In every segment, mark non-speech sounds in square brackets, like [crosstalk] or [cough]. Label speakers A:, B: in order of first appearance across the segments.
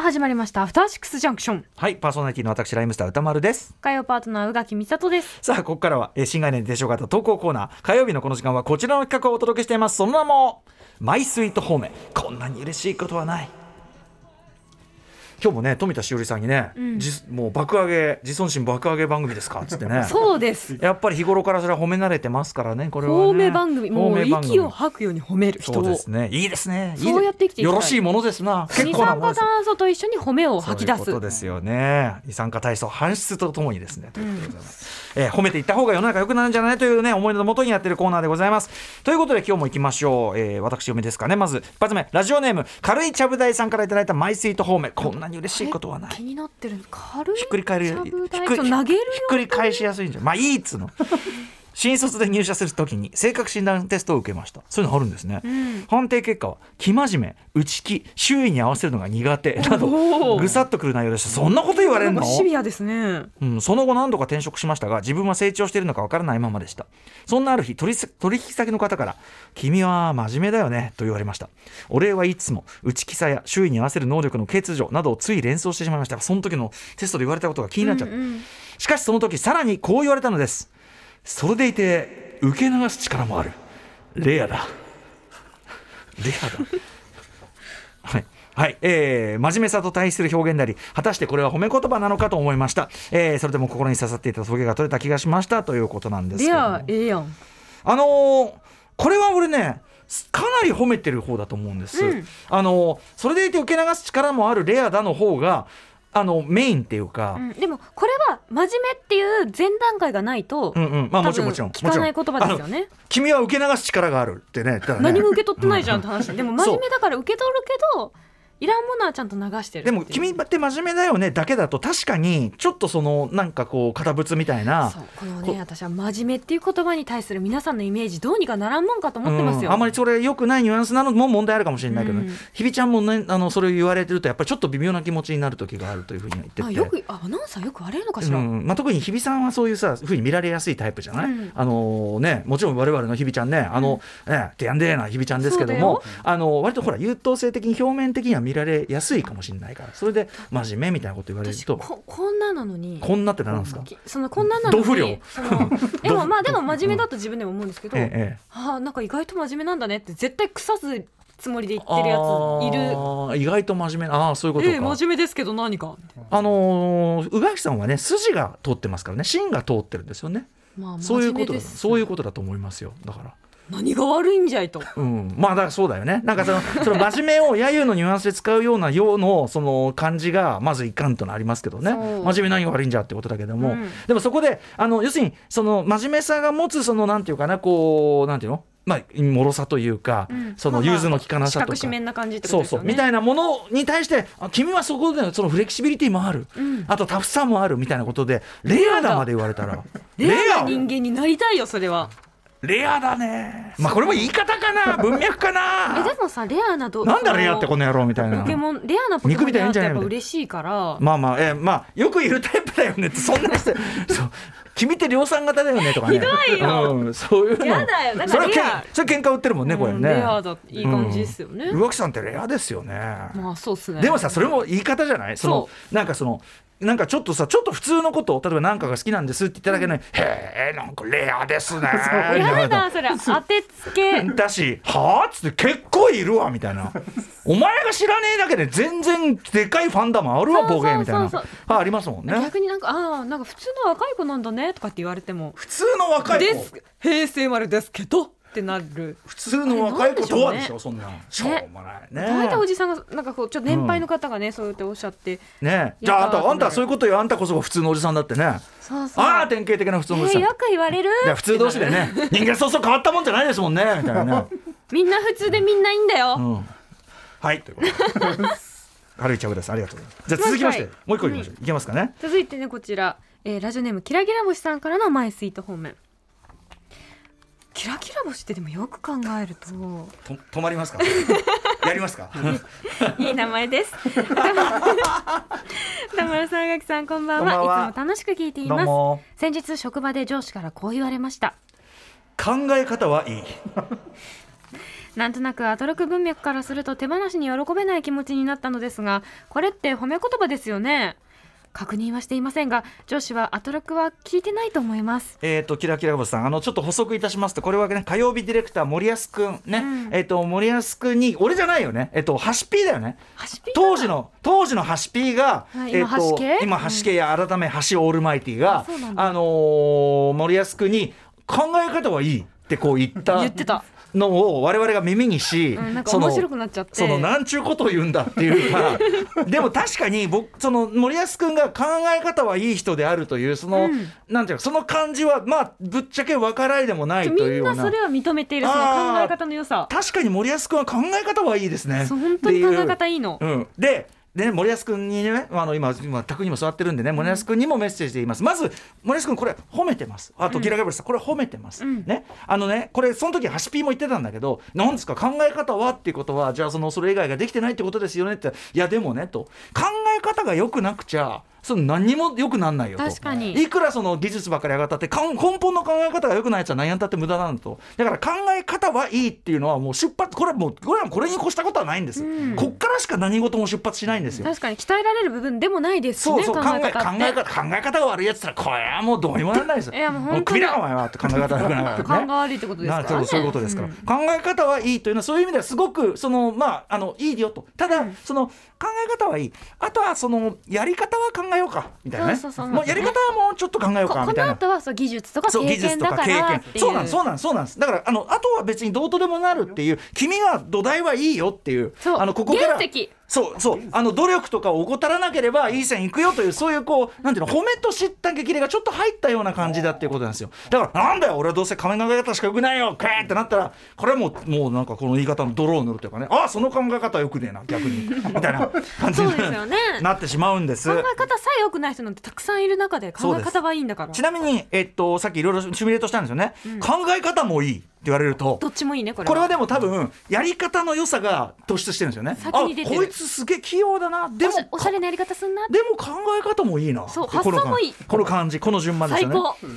A: 始まりましたアフターシックスジャンクション
B: はい、パーソナリティの私、ライムスター歌丸です。
A: 火曜パートナー宇垣美里
B: [laughs]
A: です
B: さあ、ここからは、えー新概念提唱型投稿コーナー。火曜日のこの時間はこちらの企画をお届けしています。その名も、マイスイートホーム。こんなに嬉しいことはない。今日もね、富田しおりさんにね、
A: うん
B: じもう爆上げ、自尊心爆上げ番組ですかっつってね。
A: [laughs] そうです
B: やっぱり日頃からそれは褒め慣れてますからね、これは、ね。
A: 褒め番組も
B: [laughs] 褒
A: う
B: め番組
A: 息を吐くように褒める人
B: そう
A: を
B: ですね。いいですね。いいで
A: そうやって生きていきたい
B: よろしいものですな。結
A: 二
B: 構な
A: 酸
B: もの
A: 化
B: ですね
A: 炭素と一緒に褒めを吐き出す
B: そういうことですよね。二酸化体操搬出とともにですね。ということでございますえー褒めていった方が世の中良くなるんじゃないというね思いのもとにやってるコーナーでございます。ということで今日も行きましょう。えー私嫁ですかね。まず一発目ラジオネーム軽いちゃぶ台さんからいただいたマイスイート方面こんなに嬉しいことはない。
A: 気になってる軽い
B: ひっくり返る
A: ちゃぶ台
B: ひっくり
A: ちょっと投げるよ
B: ひっくり返しやすいんじゃんまあいいっ
A: [laughs]
B: つうの新卒で入社するときに性格診断テストを受けましたそういうのあるんですね、
A: ん
B: 判定結果は生真面目内気周囲に合わせるのが苦手などぐさっとくる内容でしたそんなこと言われるの
A: シビアですね
B: うん、その後何度か転職しましたが自分は成長しているのかわからないままでしたそんなある日取り取引先の方から「君は真面目だよね」と言われましたお礼はいつも内気さや周囲に合わせる能力の欠如などをつい連想してしまいましたその時のテストで言われたことが気になっちゃった、
A: うんうん
B: しかしその時さらにこう言われたのですそれでいて受け流す力もあるレアだレアだはい。はいえー真面目さと対比する表現であり果たしてこれは褒め言葉なのかと思いました、えーそれでも心に刺さっていたトゲが取れた気がしましたということなんですけ
A: レ
B: ども
A: アええやん
B: あのーこれは俺ねすかなり褒めてる方だと思うんです、
A: うん
B: あのーそれでいて受け流す力もあるレアだの方があのメインっていうか、
A: うんでもこれは真面目っていう前段階がないと
B: うんうんまあもちろん
A: 多分
B: もちろ
A: 聞
B: ん
A: かない言葉ですよね
B: 君は受け流す力があるってね言ったらね
A: 何も受け取ってないじゃんって話でも真
B: [laughs] そう
A: 面目だから受け取るけどいらんものはちゃんと流してるって
B: で
A: いう
B: も君って真面目だよねだけだと確かにちょっとそのなんかこう堅物みたいな
A: そうこのね
B: こ
A: 私は真面目っていう言葉に対する皆さんのイメージどうにかならんもんかと思ってますよ、
B: うんあまりそれ良くないニュアンスなのも問題あるかもしれないけど、ね
A: うん
B: 日比ちゃんもねあのそれを言われてるとやっぱりちょっと微妙な気持ちになる時があるというふうには言ってて
A: あよくあアナウンサーよくあれるのかし
B: う
A: ら、
B: んまあ、特に日比さんはそういうさふうに見られやすいタイプじゃない、
A: うん
B: あのね、もちろん我々の日比ちゃんねあの、ねてやんでえな日比ちゃんですけどもあの割とほら優等生的に表面的には見られやすいかもしれないからそれで真面目みたいなこと言われる
A: 私
B: と
A: ここんななのに
B: こんなってなんですか、
A: きそのこんななのに
B: ど不良
A: そのでもまあでも真面目だと自分でも思うんですけど、
B: ええええ
A: ああなんか意外と真面目なんだねって絶対腐すつもりで言ってるやついる
B: あー意外と真面目なああーそういうことか、
A: ええ真面目ですけど何かみたいな
B: あのー宇垣さんはね筋が通ってますからね芯が通ってるんですよね
A: まあ
B: そうい
A: 真
B: う
A: 面目
B: ことだ
A: で
B: と
A: す
B: そういうことだと思いますよだから
A: 何が悪いんじゃいと
B: うん、まあだからそうだよねなんかそのその真面目を揶揄のニュアンスで使うようなようのその感じがまずいかんとなりますけどね
A: そう
B: 真面目何が悪いんじゃってことだけど
A: う
B: も、
A: ん
B: でもそこであの要するにその真面目さが持つそのなんていうかなこうなんていうのまあ脆さというか、
A: うん
B: そ
A: ま
B: の
A: あまあ
B: 融通の利かな
A: 四
B: さと
A: 角
B: か。
A: 四面な感じってこと
B: そう
A: です
B: そ
A: よ
B: う
A: ね
B: みたいなものに対してあ君はそこでそのフレキシビリティもある、
A: ん
B: あとタフさもあるみたいなことでレアだまで言われたら
A: レアな
B: レ
A: 人間になりたいよそれは
B: レアだねまあこれも言い方
A: [laughs]
B: かな文脈かな
A: えでもさレアなど
B: なんだレアってこの野郎みたいな
A: ポ。ケモンレアなポケモンに会うとやっぱ嬉しいから
B: まあまあ、えーまあ、よく言うタイプだよねって、そんな
A: [laughs]
B: 人、そう。君って量産型だよねとかね。
A: ひどいよ
B: うん、そういうの。
A: やだよだから
B: それはけん
A: レア
B: それ喧嘩売ってるもんね、これ
A: う
B: ね。
A: んレアだいい感じですよね
B: うん。浮気さんってレアですよね。
A: まあそうっすね
B: でもさそれも言い方じゃないその
A: そ
B: なんかそのなんかちょっとさちょっと普通のことを例えばなんかが好きなんですって言っただけない、へえなんかレアですねみた
A: や
B: いな
A: [laughs] だそれ当てつけ
B: だし「はあ?」っつって「結構いるわ」みたい
A: [laughs]
B: な「お前が知らねえだけで全然でかいファンダムあるわ
A: そうそうそうそう
B: ボケ」みたいなあありますもんね
A: 逆になんかああなんか普通の若い子なんだねとかって言われても
B: 普通の若い
A: です
B: 子
A: 平成生まれですけどってなる
B: 普通の若い子とは
A: あれ
B: で
A: なんで
B: し
A: しょうね
B: ょそんなしょうもない
A: 大体お
B: ね
A: じさんがなんかこうちょっと年配の方がねそうやっておっしゃって
B: ねじゃああん
A: いや
B: たあんたはそういうことよあんたこそが普通のおじさんだってねあ
A: そうそう
B: あー典型的な普通
A: え
B: のおじさ
A: ー
B: ん
A: よく言われる
B: いや普通同士で [laughs] ね人間そうそう変わったもんじゃないですもんねみたいな [laughs] ね、
A: みんな普通でみんないいんだ
B: う
A: よ
B: ん、はいということで軽いちゃぶですありがとうございますじゃあ続きまして
A: もう一回
B: もう一個いきましょう、いけますかね
A: 続いてねこちら、えーラジオネームキラキラ星さんからのマイスイート方面キラキラ星ってでもよく考えると
B: と止まりますか [laughs] やりますか
A: [laughs] いい名前です [laughs] 田村さんあがきさんこんばんは
B: こんばんはい
A: つも楽しく聞いてい
B: どう
A: ま
B: も
A: す先日職場で上司からこう言われました
B: 考え方はいい
A: なんとなくアトロク文脈からすると手放しに喜べない気持ちになったのですがこれって褒め言葉ですよね確認はしていませんが上司はアトロクは聞いてないと思います
B: えー、とキラキラ星さんあのちょっと補足いたしますとこれはね火曜日ディレクター森保くんね、
A: うん
B: えっ、と森保くんに俺じゃないよねえっ、とハシピーだよね
A: 端ピーかな
B: 当時の当時のハシピーが、
A: はい
B: えっ
A: 今ハシ
B: と
A: ケ
B: 今ハシケや改めハシオールマイティが
A: あそうなんだ
B: あのー森保くんに考え方はいいってこう言っ
A: [laughs]
B: た
A: 言ってた、
B: のを我々が耳にし、
A: うん、なんか
B: その
A: 面白くなっちゃって
B: そのなんちゅうことを言うんだっていう
A: [laughs]
B: かでも確かに僕その森保君が考え方はいい人であるというその、
A: うん
B: なんていうかその感じはまあぶっちゃけ分からいでもない
A: み
B: というんよう
A: なそ
B: な
A: れは認めているその考え方の良さ
B: 確かに森保君は考え方はいいですね。
A: そう本当に考え方いいの
B: っていう、うん、ででね、森保君にね、あの今、今、宅にも座ってるんでね、森保君にもメッセージで言います。まず、森保君、これ褒めてます。あと、キラガブルさん、これ褒めてます。
A: うん
B: ね、あのね、これ、その時、ハシピーも言ってたんだけど、なんですか、考え方はっていうことは、じゃあ、その、それ以外ができてないってことですよねって、いや、でもね、と。考え方が良くなくちゃ、その、何にも良くなんないよと。
A: 確かに
B: いくらその技術ばっかり上がったってかん根本の考え方が良くないやつは何やったって無駄なんだとだから考え方はいいっていうのはもう出発これはもうこれはこれに越したことはないんです、
A: うん
B: こっからしか何事も出発しないんですよ、
A: 確かに鍛えられる部分でもないですし
B: そう
A: ね
B: そう考
A: 考
B: え
A: え
B: 考
A: 方って
B: え方考え方が悪いやつったらこれはもうどうにもならないですよ
A: いやもう本当だ
B: もうクビだお前はって考え方が良くな
A: [laughs]
B: いから
A: 勘
B: ね
A: が悪いってことですか
B: な
A: ら
B: そう
A: ね
B: そういうことですから、
A: ん
B: 考え方はいいというのはそういう意味ではすごくそのまああのいいよとただ、その考え方はいいあとはそのやり方は考えようかみたいなね
A: そうそうそう
B: もうやり方はもうちょっと考えよう
A: こ
B: か
A: こ
B: みたい
A: の
B: な
A: 後はそう技術とか
B: そう
A: 経
B: 技術
A: 験
B: と
A: だ
B: か
A: か
B: 経
A: ら
B: 験
A: っていう
B: そうなんですそうなんですそうなんですだからあのあとは別にどうとでもなるっていう君は土台はいいよっていう
A: そう
B: あのここから
A: 原石
B: そうそうあの努力とかを怠らなければいい線いくよというそういうこうなんていうの褒めと知った激励がちょっと入ったような感じだっていうことなんですよだからなんだよ俺はどうせ考え方しかよくないよクーってなったらこれはもうもうなんかこの言い方の泥を塗るというかねああその考え方はよくねえな逆にみたいな感じ
A: そう
B: に
A: ですよね
B: なってしまうんです
A: 考え方さえ良くない人なんてたくさんいる中で考え方はいいんだから
B: ちなみに、えっと、さっきいろいろシミュレートしたんですよね、考え方もいいって言われると
A: どっちもいいねこれ
B: これはでも多分やり方の良さが突出してるんですよね
A: 先に出てる
B: あこいつすげえ器用だなでも
A: おしおしゃれなやり方すんな
B: でも考え方もいいな
A: そう
B: でこの
A: 発想もいい
B: この感じこの順番です
A: 最
B: よね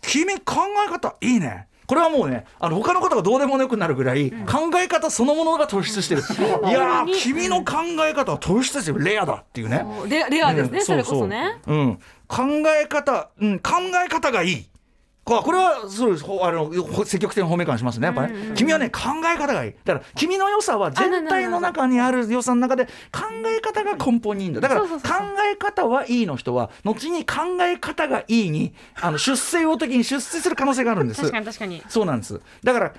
A: 高
B: 君考え方いいねこれはもうねあの他のことがどうでもよくなるぐらい、考え方そのものが突出してる、いやー君の考え方は突出してるレアだっていうね、
A: そうレアレアですね
B: うん
A: それこそね
B: うそううん、考え方、うん、考え方がいい。ここれはそうですほあのほ積極的に褒め感しますねやっぱね、
A: うんうんうん
B: 君はね考え方がいいだから君の良さは全体の中にある良さの中で考え方が根本にいいんだだから
A: そうそ
B: 考
A: うそうそう
B: え方はいいの人は後に考え方がいいにあの出世を的に出世する可能性があるんです
A: 確かに確かに
B: そうなんです。だから考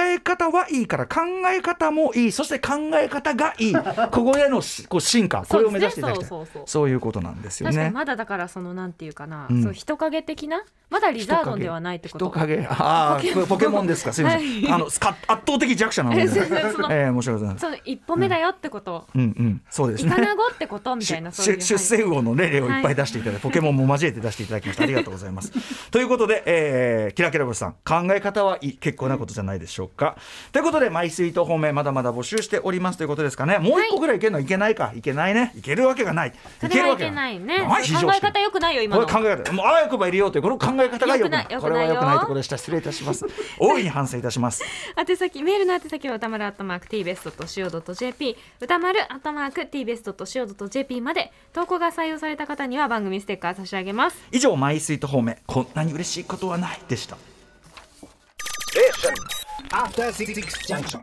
B: え方はいいから考え方もいい、そして考え方がいい。ここへのしこう進化、これを目指していただきたい。
A: そうですねそうそうそう
B: いうことなんですよ
A: 確かに
B: ね。
A: まだだからそのなんていうかな、
B: うん
A: そう人影的なまだリザードンではないってこ
B: 人
A: と
B: 影、ああ、ポケモンですか。すみません。
A: はい
B: あのか圧倒的弱者なので、え
A: 全然その
B: え面白いことなんです。
A: その一歩目だよってこと、
B: うんうん、そうです
A: イ
B: ね
A: カ。ナゴってことみたいなそういう
B: 出出世魚のね例をいっぱい出していただいて、ポケモンも交えて出していただきましたありがとうございます
A: [laughs]
B: ということで、えー、キラキラ星さん考え方はいい結構なことじゃないでしょうかということでマイスイート方面まだまだ募集しておりますということですかねもう一個ぐらいいけるのいけないかいけないねいけるわけがないい
A: それ
B: ける
A: は
B: わ
A: い
B: け
A: け
B: が
A: ないね
B: ない非常
A: 考
B: 識
A: え方良くないよ今
B: これ
A: の
B: 考え方もうあわよくば入れようというこの考え方がよくない
A: よくない
B: これはよ
A: よ
B: く
A: く
B: な
A: ないい
B: ところでした失礼いたします大いに反省いたします
A: 宛先メールの宛先は歌丸アットマーク tbest.co.jp 歌丸アットマーク tbest.co.jp まで投稿が採用された方には番組ステッカー差し上げます
B: 以上マイスイート方面こんなに嬉しいことはないでした
C: After Six Junction.